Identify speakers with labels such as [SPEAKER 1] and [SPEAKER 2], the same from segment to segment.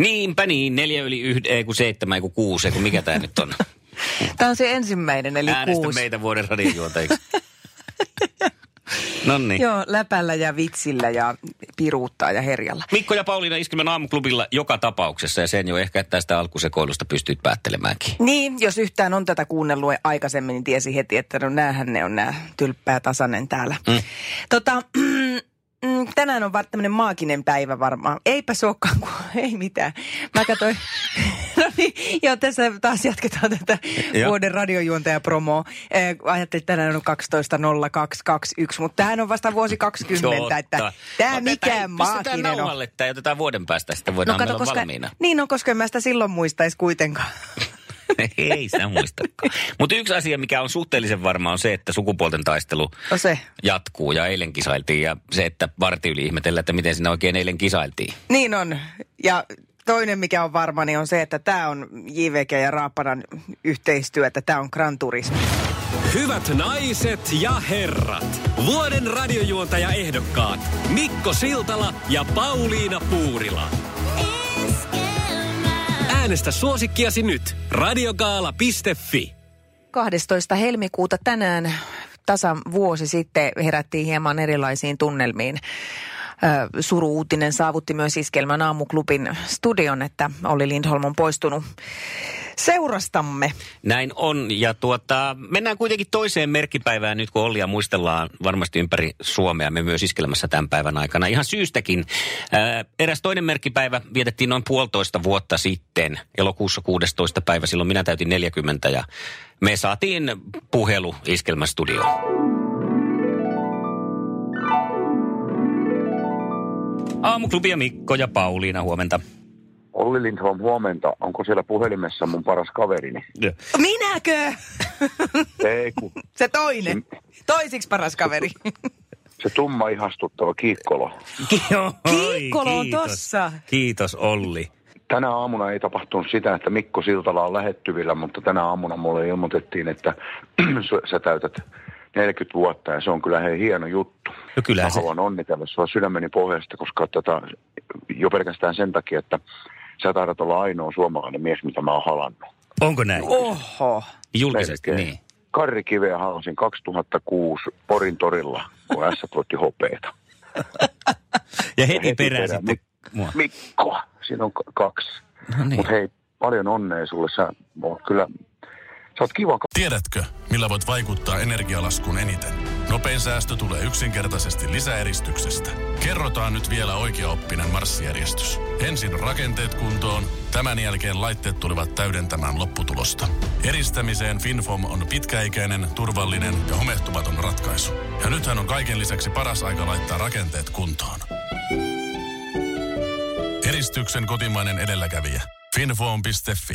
[SPEAKER 1] Niinpä niin, neljä yli yhden, ei kun seitsemän, ei kun kuusi, ei kun mikä tämä nyt on.
[SPEAKER 2] Tämä on se ensimmäinen, eli
[SPEAKER 1] Äänestä
[SPEAKER 2] kuusi.
[SPEAKER 1] meitä vuoden radiojuontajiksi. no niin.
[SPEAKER 2] Joo, läpällä ja vitsillä ja piruuttaa ja herjalla.
[SPEAKER 1] Mikko ja Pauliina Iskelmän aamuklubilla joka tapauksessa ja sen jo ehkä, että tästä alkusekoilusta pystyt päättelemäänkin.
[SPEAKER 2] Niin, jos yhtään on tätä kuunnellut aikaisemmin, niin tiesi heti, että no näähän ne on nämä tylppää tasainen täällä. Mm. Tota, mm, tänään on vaan tämmöinen maaginen päivä varmaan. Eipä se olekaan, kun ei mitään. Mä katsoin, no niin, joo, tässä taas jatketaan tätä
[SPEAKER 1] Joo.
[SPEAKER 2] vuoden radiojuontaja promoa. Ajattelin, että tänään on 12.0221, mutta tämähän on vasta vuosi 20, että tämä
[SPEAKER 1] Otetaan- Pistetään
[SPEAKER 2] mikään maaginen on.
[SPEAKER 1] nauhalle tämä ja otetaan vuoden päästä, sitten voidaan no, olla
[SPEAKER 2] koska,
[SPEAKER 1] valmiina.
[SPEAKER 2] Niin on, koska en mä sitä silloin muistaisi kuitenkaan.
[SPEAKER 1] ei sä muistakaan. Mutta yksi asia, mikä on suhteellisen varma, on se, että sukupuolten taistelu
[SPEAKER 2] No se.
[SPEAKER 1] jatkuu ja eilen kisailtiin ja se, että varti yli ihmetellä, että miten sinä oikein eilen kisailtiin.
[SPEAKER 2] Niin on. Ja toinen, mikä on varma, niin on se, että tämä on JVG ja Raapanan yhteistyö, että tämä on Gran Turismo.
[SPEAKER 3] Hyvät naiset ja herrat, vuoden radiojuontaja ehdokkaat Mikko Siltala ja Pauliina Puurila. Äänestä suosikkiasi nyt radiogaala.fi.
[SPEAKER 2] 12. helmikuuta tänään tasan vuosi sitten herättiin hieman erilaisiin tunnelmiin. Ö, Suruuutinen saavutti myös Iskelmän aamuklubin studion, että oli Lindholm on poistunut seurastamme.
[SPEAKER 1] Näin on. Ja tuota, mennään kuitenkin toiseen merkkipäivään nyt, kun Ollia muistellaan varmasti ympäri Suomea. Me myös iskelmässä tämän päivän aikana. Ihan syystäkin. Ää, eräs toinen merkkipäivä vietettiin noin puolitoista vuotta sitten, elokuussa 16. päivä. Silloin minä täytin 40 ja me saatiin puhelu iskelmästudioon. Aamuklubi ja Mikko ja Pauliina, huomenta.
[SPEAKER 4] Olli Lindholm, huomenta. Onko siellä puhelimessa mun paras kaverini?
[SPEAKER 2] Minäkö?
[SPEAKER 4] Ei, kun
[SPEAKER 2] Se toinen. Toisiksi paras kaveri.
[SPEAKER 4] se tumma ihastuttava kiikkolo.
[SPEAKER 1] Joo,
[SPEAKER 2] Kiikkolo on tossa.
[SPEAKER 1] Kiitos Olli.
[SPEAKER 4] Tänä aamuna ei tapahtunut sitä, että Mikko Siltala on lähettyvillä, mutta tänä aamuna mulle ilmoitettiin, että sä- sä täytät 40 vuotta ja se on kyllä hei, hieno juttu.
[SPEAKER 1] No kyllähän
[SPEAKER 4] Mä
[SPEAKER 1] se.
[SPEAKER 4] haluan onnitella sua sydämeni pohjasta, koska tätä jo pelkästään sen takia, että sä taidat olla ainoa suomalainen mies, mitä mä oon halannut.
[SPEAKER 1] Onko näin?
[SPEAKER 2] Oho.
[SPEAKER 1] Julkisesti,
[SPEAKER 4] Melkein.
[SPEAKER 1] niin.
[SPEAKER 4] Karri Kiveä halasin 2006 Porin torilla, kun S voitti hopeeta.
[SPEAKER 1] Ja heti
[SPEAKER 4] Heti
[SPEAKER 1] perään
[SPEAKER 4] perään.
[SPEAKER 1] sitten mua.
[SPEAKER 4] Mikko, siinä on k- kaksi.
[SPEAKER 1] No niin.
[SPEAKER 4] Mutta hei, paljon onnea sulle. Sä oot kyllä, sä oot kiva
[SPEAKER 5] Tiedätkö, millä voit vaikuttaa energialaskun eniten? Nopein säästö tulee yksinkertaisesti lisäeristyksestä. Kerrotaan nyt vielä oikeaoppinen marssijärjestys. Ensin rakenteet kuntoon, tämän jälkeen laitteet tulevat täydentämään lopputulosta. Eristämiseen FinFom on pitkäikäinen, turvallinen ja homehtumaton ratkaisu. Ja nythän on kaiken lisäksi paras aika laittaa rakenteet kuntoon. Eristyksen kotimainen edelläkävijä. Finfoam.fi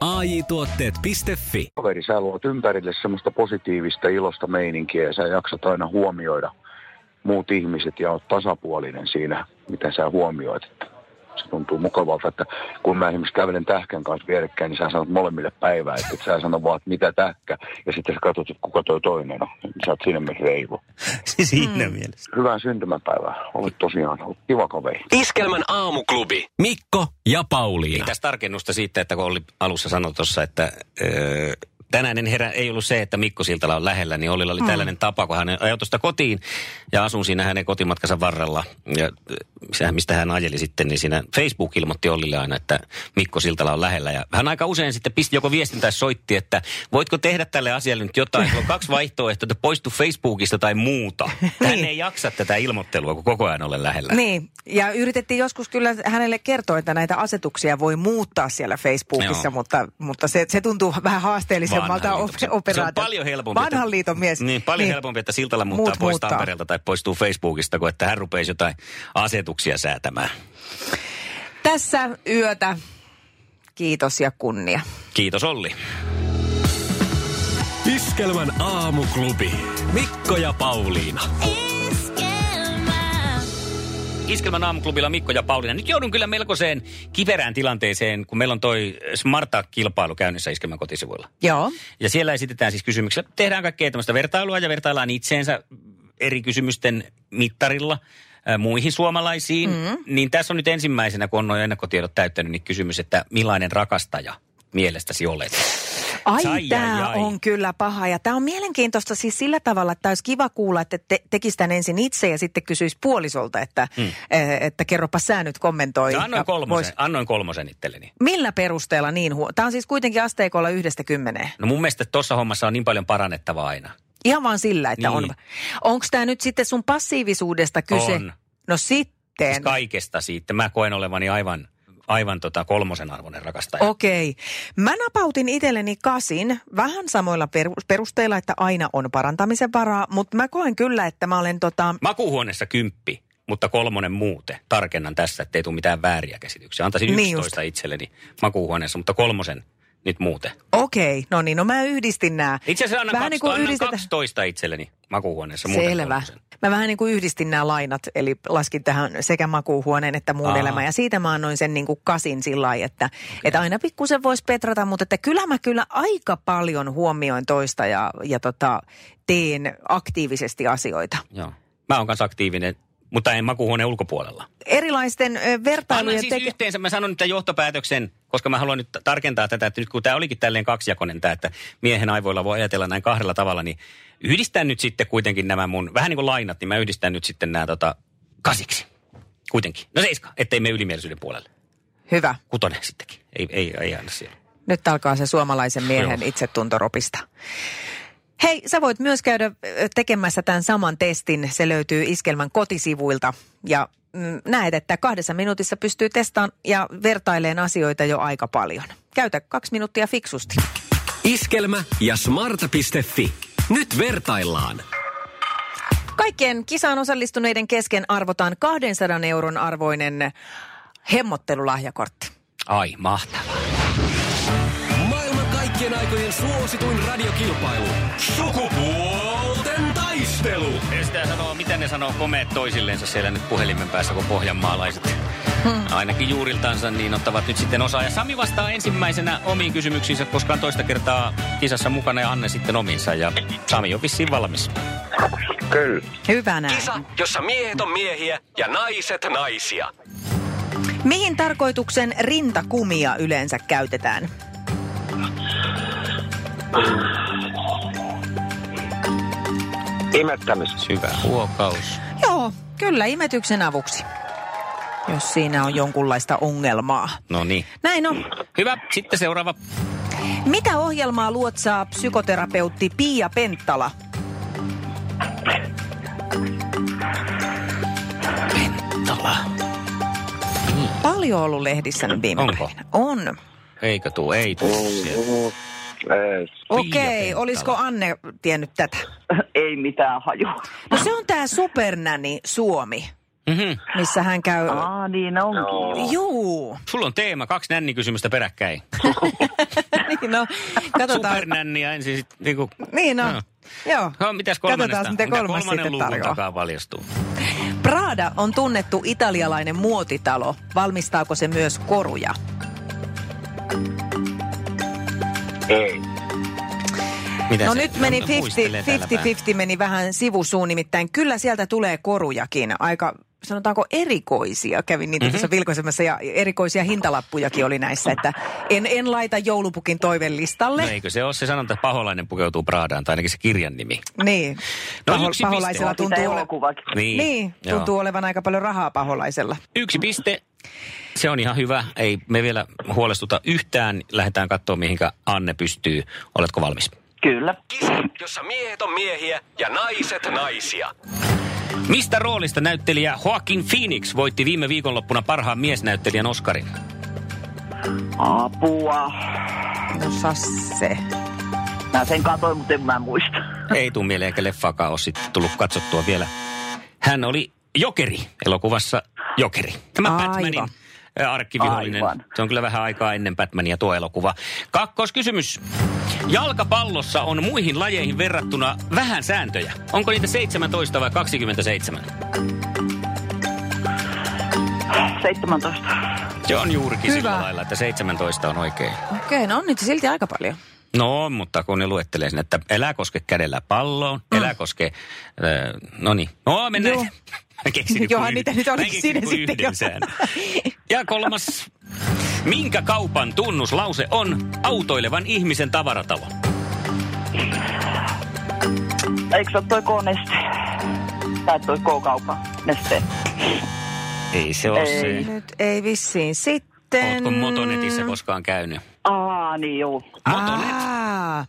[SPEAKER 3] AJ Tuotteet.fi
[SPEAKER 4] kaveri. Sä luot ympärille semmoista positiivista, ilosta meininkiä ja sä jaksat aina huomioida muut ihmiset ja oot tasapuolinen siinä, miten sä huomioit. Että se tuntuu mukavalta, että kun mä esimerkiksi kävelen tähkän kanssa vierekkäin, niin sä sanot molemmille päivää, että et sä sano vaan, että mitä tähkä, ja sitten sä katsot, että kuka toi toinen on. Sä oot siinä mielessä reilu.
[SPEAKER 1] siis Siinä mielessä.
[SPEAKER 4] Hyvää syntymäpäivää. Olet tosiaan ollut kiva kaveri.
[SPEAKER 3] Iskelmän aamuklubi. Mikko ja Pauliina.
[SPEAKER 1] Tässä tarkennusta siitä, että kun oli alussa sanoi tuossa, että öö, tänäinen herä ei ollut se, että Mikko Siltala on lähellä, niin Ollilla oli mm. tällainen tapa, kun hän ajoi tuosta kotiin ja asun siinä hänen kotimatkansa varrella. Ja sehän, mistä hän ajeli sitten, niin siinä Facebook ilmoitti Ollille aina, että Mikko Siltala on lähellä. Ja hän aika usein sitten pisti joko viestin tai soitti, että voitko tehdä tälle asialle nyt jotain. Sulla on kaksi vaihtoehtoa, että poistu Facebookista tai muuta. Hän
[SPEAKER 2] Niin.
[SPEAKER 1] ei jaksa tätä ilmoittelua, kun koko ajan olen lähellä.
[SPEAKER 2] Niin, ja yritettiin joskus kyllä hänelle kertoa, että näitä asetuksia voi muuttaa siellä Facebookissa,
[SPEAKER 1] Joo.
[SPEAKER 2] mutta, mutta se, se tuntuu vähän haasteellisemmalta
[SPEAKER 1] Vanhan
[SPEAKER 2] op-
[SPEAKER 1] liiton.
[SPEAKER 2] operaatiolta.
[SPEAKER 1] Se on paljon helpompi. että-
[SPEAKER 2] Vanhan liiton mies.
[SPEAKER 1] Niin, paljon niin. helpompi, että Siltala muuttaa
[SPEAKER 2] Muut
[SPEAKER 1] Muut pois
[SPEAKER 2] muuttaa.
[SPEAKER 1] muuttaa. Tampereelta tai poistuu Facebookista, kuin että hän rupeisi jotain asetuksia säätämään.
[SPEAKER 2] Tässä yötä. Kiitos ja kunnia.
[SPEAKER 1] Kiitos Olli.
[SPEAKER 3] Iskelmän aamuklubi. Mikko ja Pauliina.
[SPEAKER 1] Iskelmän aamuklubilla Mikko ja Pauliina. Nyt joudun kyllä melkoiseen kiperään tilanteeseen, kun meillä on toi Smarta-kilpailu käynnissä Iskelmän kotisivuilla.
[SPEAKER 2] Joo.
[SPEAKER 1] Ja siellä esitetään siis kysymyksiä. Tehdään kaikkea tämmöistä vertailua ja vertaillaan itseensä eri kysymysten mittarilla ä, muihin suomalaisiin. Mm. Niin tässä on nyt ensimmäisenä, kun on nuo ennakkotiedot täyttänyt, niin kysymys, että millainen rakastaja mielestäsi olet?
[SPEAKER 2] Ai,
[SPEAKER 1] Ai,
[SPEAKER 2] tämä
[SPEAKER 1] ai, ai.
[SPEAKER 2] on kyllä paha. Ja tämä on mielenkiintoista siis sillä tavalla, että olisi kiva kuulla, että te- tekisi tämän ensin itse ja sitten kysyisi puolisolta, että, mm. että kerropa sä nyt kommentoi.
[SPEAKER 1] Ja annoin
[SPEAKER 2] Ja
[SPEAKER 1] Hmm. kolmosen, annoin kolmosen itselleni.
[SPEAKER 2] Millä perusteella niin huo? Tämä on siis kuitenkin asteikolla yhdestä kymmeneen.
[SPEAKER 1] No mun mielestä tuossa hommassa on niin paljon parannettavaa aina.
[SPEAKER 2] Ihan vaan sillä, että niin.
[SPEAKER 1] Niin.
[SPEAKER 2] on. Onko tämä nyt sitten sun passiivisuudesta kyse?
[SPEAKER 1] On.
[SPEAKER 2] No sitten.
[SPEAKER 1] Siis kaikesta siitä. Mä koen olevani aivan, aivan tota kolmosen arvoinen rakastaja.
[SPEAKER 2] Okei. Mä napautin itselleni kasin vähän samoilla peru- perusteilla, että aina on parantamisen varaa, mutta mä koen kyllä, että mä olen tota...
[SPEAKER 1] Makuuhuoneessa kymppi, mutta kolmonen muuten. Tarkennan tässä, ettei tule mitään vääriä käsityksiä. Antaisin
[SPEAKER 2] Niin
[SPEAKER 1] 11 itselleni makuuhuoneessa, mutta kolmosen nyt muuten.
[SPEAKER 2] Okei, no niin, no mä yhdistin nämä.
[SPEAKER 1] Itse asiassa annan,
[SPEAKER 2] Vähän
[SPEAKER 1] kaksi,
[SPEAKER 2] niin
[SPEAKER 1] niin
[SPEAKER 2] kuin
[SPEAKER 1] annan
[SPEAKER 2] yhdistetään-
[SPEAKER 1] 12 itselleni makuuhuoneessa muuten
[SPEAKER 2] Selvä.
[SPEAKER 1] kolmosen.
[SPEAKER 2] Mä vähän niin kuin yhdistin nämä lainat, eli laskin tähän sekä makuuhuoneen että muun
[SPEAKER 1] Aa.
[SPEAKER 2] elämän. Ja siitä mä annoin sen niin kuin kasin sillä lailla, että, okay. että aina pikkusen voisi petrata, mutta että kyllä mä kyllä aika paljon huomioin toista ja, ja tota, teen aktiivisesti asioita.
[SPEAKER 1] Joo. Mä oon kanssa aktiivinen, mutta en makuuhuoneen ulkopuolella.
[SPEAKER 2] Erilaisten ö,
[SPEAKER 1] Annan
[SPEAKER 2] vertailujen
[SPEAKER 1] siis
[SPEAKER 2] teke-
[SPEAKER 1] yhteensä, mä sanon nyt tämän johtopäätöksen, koska mä haluan nyt t- tarkentaa tätä, että nyt kun tämä olikin tälleen kaksijakoinen tämä, että miehen aivoilla voi ajatella näin kahdella tavalla, niin yhdistän nyt sitten kuitenkin nämä mun, vähän niin kuin lainat, niin mä yhdistän nyt sitten nämä tota, kasiksi. Kuitenkin. No seiska, ettei me ylimielisyyden puolelle.
[SPEAKER 2] Hyvä.
[SPEAKER 1] Kutonen sittenkin. Ei, ei, ei aina siellä.
[SPEAKER 2] Nyt alkaa se suomalaisen miehen
[SPEAKER 1] Joo.
[SPEAKER 2] itsetunto ropista. Hei, sä voit myös käydä ö, tekemässä tämän saman testin. Se löytyy Iskelmän kotisivuilta. Ja mm, näet, että kahdessa minuutissa pystyy testaan ja vertaileen asioita jo aika paljon. Käytä kaksi minuuttia fiksusti.
[SPEAKER 3] Iskelmä ja smarta.fi. Nyt vertaillaan.
[SPEAKER 2] Kaikkien kisaan osallistuneiden kesken arvotaan 200 euron arvoinen hemmottelulahjakortti.
[SPEAKER 1] Ai, mahtavaa.
[SPEAKER 3] Maailman kaikkien aikojen suosituin radiokilpailu. Sukupuolten taistelu.
[SPEAKER 1] Sitä sanoo, mitä ne sanoo komeet toisillensa siellä nyt puhelimen päässä, kun pohjanmaalaiset ainakin juuriltansa niin ottavat nyt sitten osaa. Ja Sami vastaa ensimmäisenä omiin kysymyksiinsä, koska on toista kertaa kisassa mukana ja Anne sitten omiinsa. Ja Sami on vissiin valmis.
[SPEAKER 4] Kyllä.
[SPEAKER 2] Hyvä näin.
[SPEAKER 3] Kisa, jossa miehet on miehiä ja naiset naisia.
[SPEAKER 2] Mihin tarkoituksen rintakumia yleensä käytetään?
[SPEAKER 4] Imettämis.
[SPEAKER 1] Syvä huokaus.
[SPEAKER 2] Joo, kyllä imetyksen avuksi, jos siinä on jonkunlaista ongelmaa.
[SPEAKER 1] No niin.
[SPEAKER 2] Näin on.
[SPEAKER 1] Hyvä, sitten seuraava.
[SPEAKER 2] Mitä ohjelmaa luotsaa psykoterapeutti Pia Penttala?
[SPEAKER 1] Penttala.
[SPEAKER 2] Paljon ollut lehdissä nyt viime
[SPEAKER 1] Onko?
[SPEAKER 2] päivinä. On.
[SPEAKER 1] Eikö tuu, ei tuu. sieltä.
[SPEAKER 4] Ei.
[SPEAKER 2] Okei,
[SPEAKER 1] Penttala.
[SPEAKER 2] olisiko Anne tiennyt tätä?
[SPEAKER 6] Ei mitään hajua.
[SPEAKER 2] No se on tämä supernäni Suomi,
[SPEAKER 1] Mhm.
[SPEAKER 2] missä hän käy...
[SPEAKER 6] Aa, niin onkin.
[SPEAKER 4] Joo.
[SPEAKER 2] Juu.
[SPEAKER 1] Sulla on teema, kaksi nännikysymystä peräkkäin.
[SPEAKER 2] niin no, katsotaan.
[SPEAKER 1] Supernänniä ensin sitten niinku...
[SPEAKER 2] Niin no.
[SPEAKER 1] Joo.
[SPEAKER 2] Joo.
[SPEAKER 1] No, mitäs kolmannesta?
[SPEAKER 2] Katsotaan, miten
[SPEAKER 1] Mitä
[SPEAKER 2] kolmas
[SPEAKER 1] kolmannen
[SPEAKER 2] sitten
[SPEAKER 1] luukun
[SPEAKER 2] tarjoaa.
[SPEAKER 1] takaa paljastuu?
[SPEAKER 2] Prada on tunnettu italialainen muotitalo. Valmistaako se myös koruja?
[SPEAKER 4] Ei.
[SPEAKER 1] Mitä
[SPEAKER 2] No
[SPEAKER 1] se-
[SPEAKER 2] nyt meni
[SPEAKER 1] Anne muistelee täällä
[SPEAKER 2] 50-50, meni vähän sivusuun, nimittäin kyllä sieltä tulee korujakin aika sanotaanko erikoisia, kävin
[SPEAKER 1] Mhm.
[SPEAKER 2] niitä mm-hmm. tuossa vilkoisemassa ja erikoisia hintalappujakin oli näissä, että en, en laita joulupukin toivelistalle.
[SPEAKER 1] No eikö se ole se sanonta, että paholainen pukeutuu Praadaan, tai ainakin se kirjan nimi.
[SPEAKER 2] Niin,
[SPEAKER 1] No, yksi
[SPEAKER 2] Paho,
[SPEAKER 1] piste.
[SPEAKER 2] paholaisella
[SPEAKER 6] Tuntuu
[SPEAKER 2] tuntuu, ole...
[SPEAKER 6] elokuvakin.
[SPEAKER 2] niin, niin,
[SPEAKER 1] joo.
[SPEAKER 2] tuntuu olevan aika paljon rahaa paholaisella.
[SPEAKER 1] Yksi piste. Se on ihan hyvä. Ei me vielä huolestuta yhtään. Lähdetään katsomaan, mihinkä Anne pystyy. Oletko valmis?
[SPEAKER 6] Kyllä.
[SPEAKER 3] Kisa, jossa miehet on miehiä ja naiset naisia.
[SPEAKER 1] Mistä roolista näyttelijä Joaquin Phoenix voitti viime viikonloppuna parhaan miesnäyttelijän Oscarin?
[SPEAKER 6] Apua.
[SPEAKER 2] No Sasse.
[SPEAKER 6] Mä sen katoin, mutta en mä muista.
[SPEAKER 1] Ei tule mieleen, eikä leffaakaan ole sit tullut katsottua vielä. Hän oli Jokeri, elokuvassa Jokeri. Tämä
[SPEAKER 2] Aivan.
[SPEAKER 1] Batmanin ä, arkkivihollinen.
[SPEAKER 6] Aivan.
[SPEAKER 1] Se on kyllä vähän aikaa ennen Batmania tuo elokuva. Kakkoskysymys. Jalkapallossa on muihin lajeihin verrattuna vähän sääntöjä. Onko niitä 17 vai 27?
[SPEAKER 6] 17.
[SPEAKER 1] Se on juurikin
[SPEAKER 2] Hyvä.
[SPEAKER 1] sillä lailla, että 17 on oikein.
[SPEAKER 2] Okei, no on nyt silti aika paljon.
[SPEAKER 1] No, mutta kun ne luettelee sinne, että elää koske kädellä palloon, mm. elää koske, öö, no niin. No, mennään.
[SPEAKER 2] Joo.
[SPEAKER 1] Mä keksin nyt
[SPEAKER 2] Johan
[SPEAKER 1] kuin
[SPEAKER 2] niitä
[SPEAKER 1] yhden-
[SPEAKER 2] nyt
[SPEAKER 1] mä
[SPEAKER 2] olikin
[SPEAKER 1] keksin
[SPEAKER 2] siinä
[SPEAKER 1] kuin
[SPEAKER 2] sitten
[SPEAKER 1] yhden
[SPEAKER 2] jo.
[SPEAKER 1] säännön. Ja kolmas. Minkä kaupan tunnuslause on autoilevan ihmisen tavaratalo?
[SPEAKER 6] Eikö se ole toi K-neste? Tai toi K-kauppa? Neste.
[SPEAKER 1] Ei se ole
[SPEAKER 6] Ei.
[SPEAKER 1] se.
[SPEAKER 2] Nyt ei vissiin sitten.
[SPEAKER 1] Ootko Motonetissä koskaan käynyt?
[SPEAKER 6] Aa, niin joo.
[SPEAKER 1] Motonet.
[SPEAKER 2] Aa,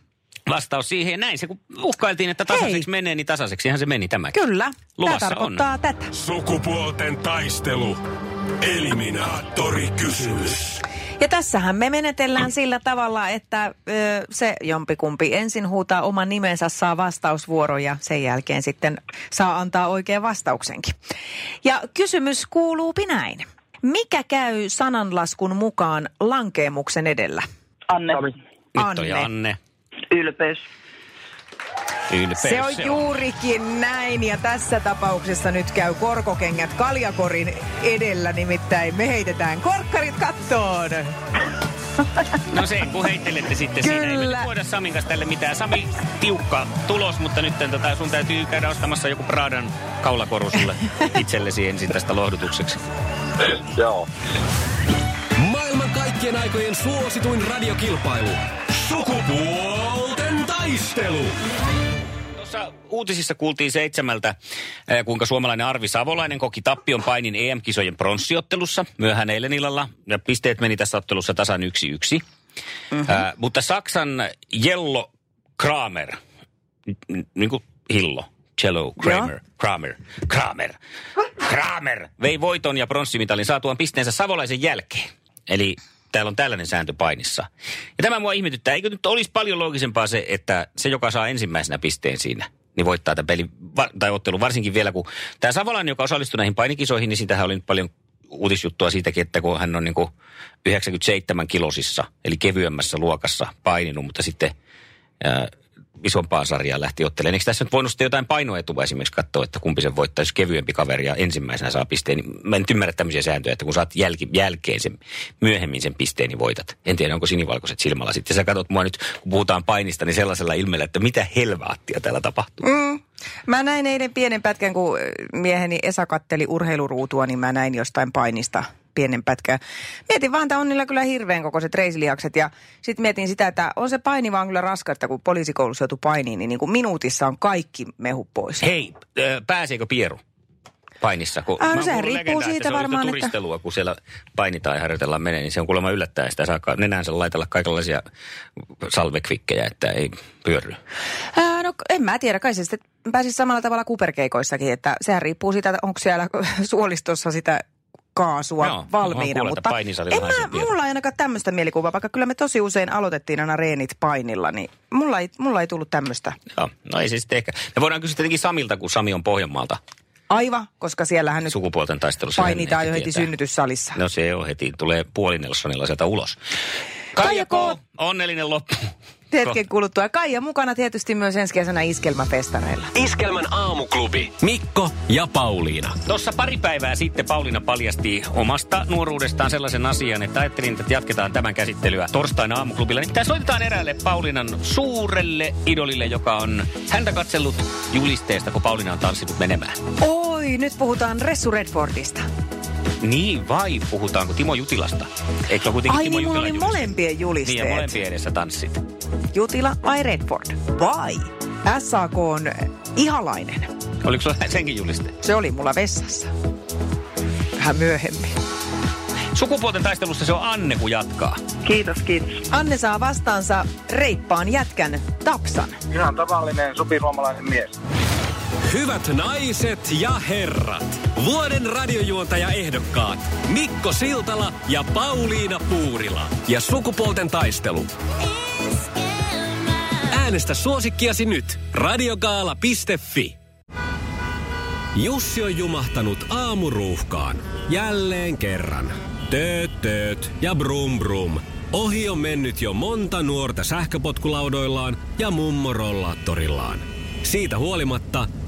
[SPEAKER 1] Vastaus siihen. Ja Näin se, kun uhkailtiin, että tasaiseksi menee, niin tasaiseksihan se meni tämäkin.
[SPEAKER 2] Kyllä, tämä
[SPEAKER 1] Luvassa
[SPEAKER 2] tarkoittaa
[SPEAKER 1] on.
[SPEAKER 2] tätä.
[SPEAKER 5] Sukupuolten taistelu. Eliminaattori kysymys.
[SPEAKER 2] Ja tässähän me menetellään sillä tavalla, että ö, se jompikumpi ensin huutaa oman nimensä, saa vastausvuoron ja sen jälkeen sitten saa antaa oikean vastauksenkin. Ja kysymys kuuluu näin. Mikä käy sananlaskun mukaan lankeemuksen edellä?
[SPEAKER 6] Anne.
[SPEAKER 1] Nyt toi Anne.
[SPEAKER 6] Ylpeys.
[SPEAKER 1] Ylpeys
[SPEAKER 2] Se on juurikin näin ja tässä tapauksessa nyt käy korkokengät kaljakorin edellä, nimittäin me heitetään korkkarit kattoon.
[SPEAKER 1] No sen, kun heittelette sitten siinä. Ei me
[SPEAKER 2] Kyllä.
[SPEAKER 1] nyt voida Samin kanssa tälle mitään. Sami, tiukka tulos, mutta nyt tota, sun täytyy käydä ostamassa joku Pradan kaulakoru sulle itsellesi ensin tästä lohdutukseksi.
[SPEAKER 4] Joo.
[SPEAKER 3] Maailman kaikkien aikojen suosituin radiokilpailu. Sukupuolten taistelu.
[SPEAKER 1] Tuossa uutisissa kuultiin seitsemältä, eh, kuinka suomalainen Arvi Savolainen koki tappion painin EM-kisojen pronssiottelussa myöhään eilen illalla. Ja pisteet meni tässä ottelussa tasan 1-1. Mm-hmm. Äh, mutta Saksan Jello Kramer, n- n- niin kuin Hillo, Cello Kramer, Kramer, Kramer, Kramer, vei voiton ja pronssimitalin saatuaan pisteensä Savolaisen jälkeen. Eli täällä on tällainen sääntö painissa. Ja tämä mua ihmetyttää. Eikö nyt olisi paljon loogisempaa se, että se, joka saa ensimmäisenä pisteen siinä, niin voittaa tämän pelin va- tai ottelun. Varsinkin vielä, kun tämä Savolainen, joka osallistui näihin painikisoihin, niin sitähän oli nyt paljon uutisjuttua siitäkin, että kun hän on niin kuin 97 kilosissa, eli kevyemmässä luokassa paininut, mutta sitten ää, isompaan sarjaan lähti ottelemaan. Eikö tässä nyt voinut sitten jotain painoetua esimerkiksi katsoa, että kumpi sen voittaa, jos kevyempi kaveri ja ensimmäisenä saa pisteen? Niin Mä en nyt ymmärrä tämmöisiä sääntöjä, että kun saat jälki, jälkeen sen, myöhemmin sen pisteen, niin voitat. En tiedä, onko sinivalkoiset silmällä sitten. Sä katsot mua nyt, kun puhutaan painista, niin sellaisella ilmeellä, että mitä helvaattia täällä tapahtuu.
[SPEAKER 2] Mm. Mä näin eilen pienen pätkän, kun äh, mieheni Esa katteli urheiluruutua, niin mä näin jostain painista pienen pätkän. Mietin vaan, että on niillä kyllä hirveän kokoiset reisilihakset ja sitten mietin sitä, että on se paini vaan kyllä raskasta, kun poliisikoulussa joutuu painiin, niin, niin kuin minuutissa on kaikki mehu pois.
[SPEAKER 1] Hei, ö, pääseekö Pieru? painissa. Kun
[SPEAKER 2] Ah,
[SPEAKER 1] mä
[SPEAKER 2] no
[SPEAKER 1] oon
[SPEAKER 2] sehän
[SPEAKER 1] kuullut
[SPEAKER 2] riippuu
[SPEAKER 1] legendaa, että
[SPEAKER 2] siitä
[SPEAKER 1] se on yhtä
[SPEAKER 2] varmaan, että-
[SPEAKER 1] turistelua, kun siellä painitaan ja harjoitellaan menee, niin se on kuulemma yllättäen. Sitä saa nenänsä laitella kaikenlaisia salvekvikkejä, että ei pyörry.
[SPEAKER 2] Ää, no en mä tiedä, kai se sitten pääsisi samalla tavalla kuperkeikoissakin, että sehän riippuu siitä, että onko siellä suolistossa sitä kaasua
[SPEAKER 1] Joo,
[SPEAKER 2] Joo,
[SPEAKER 1] mä oon
[SPEAKER 2] valmiina.
[SPEAKER 1] kuullut, että
[SPEAKER 2] Mutta
[SPEAKER 1] painisalilla
[SPEAKER 2] en
[SPEAKER 1] on sen
[SPEAKER 2] mä,
[SPEAKER 1] tiedä.
[SPEAKER 2] mulla ei ainakaan tämmöistä mielikuvaa, vaikka kyllä me tosi usein aloitettiin aina reenit painilla, niin mulla ei, mulla ei tullut tämmöistä.
[SPEAKER 1] Joo, no ei se sitten ehkä. Me voidaan kysyä tietenkin Samilta, kun Sami on Pohjanmaalta
[SPEAKER 2] Aiva, koska siellähän nyt
[SPEAKER 1] sukupuolten taistelussa. Hän
[SPEAKER 2] painitaan
[SPEAKER 1] ehkä
[SPEAKER 2] jo heti
[SPEAKER 1] tietää.
[SPEAKER 2] synnytyssalissa.
[SPEAKER 1] No se on heti, tulee puoli Nelsonilla sieltä ulos. Kaija K, onnellinen loppu.
[SPEAKER 2] Hetken kuluttua. Kaija mukana tietysti myös ensi kesänä iskelmäfestareilla.
[SPEAKER 3] Iskelmän aamuklubi. Mikko ja Pauliina.
[SPEAKER 1] Tuossa pari päivää sitten Pauliina paljasti omasta nuoruudestaan sellaisen asian, että ajattelin, että jatketaan tämän käsittelyä torstaina aamuklubilla. Nimittäin soitetaan eräälle Pauliinan suurelle idolille, joka on häntä katsellut julisteesta, kun Pauliina on tanssinut menemään.
[SPEAKER 2] Oi, Oi, nyt puhutaan Ressu Redfordista.
[SPEAKER 1] Niin vai puhutaanko Timo Jutilasta? Eikö se ole kuitenkin
[SPEAKER 2] Ai
[SPEAKER 1] Timo
[SPEAKER 2] niin,
[SPEAKER 1] Jutila
[SPEAKER 2] mulla oli
[SPEAKER 1] julista?
[SPEAKER 2] molempien
[SPEAKER 1] Niin
[SPEAKER 2] julisteet.
[SPEAKER 1] ja molempien edessä tanssit.
[SPEAKER 2] Jutila vai Redford? Vai? SAK on ihalainen.
[SPEAKER 1] Oliko sulla senkin juliste?
[SPEAKER 2] Se oli mulla vessassa. Vähän myöhemmin.
[SPEAKER 1] Sukupuolten taistelussa se on Anne, kun jatkaa.
[SPEAKER 6] Kiitos, kiitos.
[SPEAKER 2] Anne saa vastaansa reippaan jätkän Tapsan.
[SPEAKER 4] Ihan tavallinen supisuomalainen mies.
[SPEAKER 3] Hyvät naiset ja herrat, vuoden radiojuontaja ehdokkaat Mikko Siltala ja Pauliina Puurila ja sukupuolten taistelu. Äänestä suosikkiasi nyt radiogaala.fi. Jussi on jumahtanut aamuruuhkaan. Jälleen kerran. Tööt, tööt ja brum brum. Ohi on mennyt jo monta nuorta sähköpotkulaudoillaan ja mummorollaattorillaan. Siitä huolimatta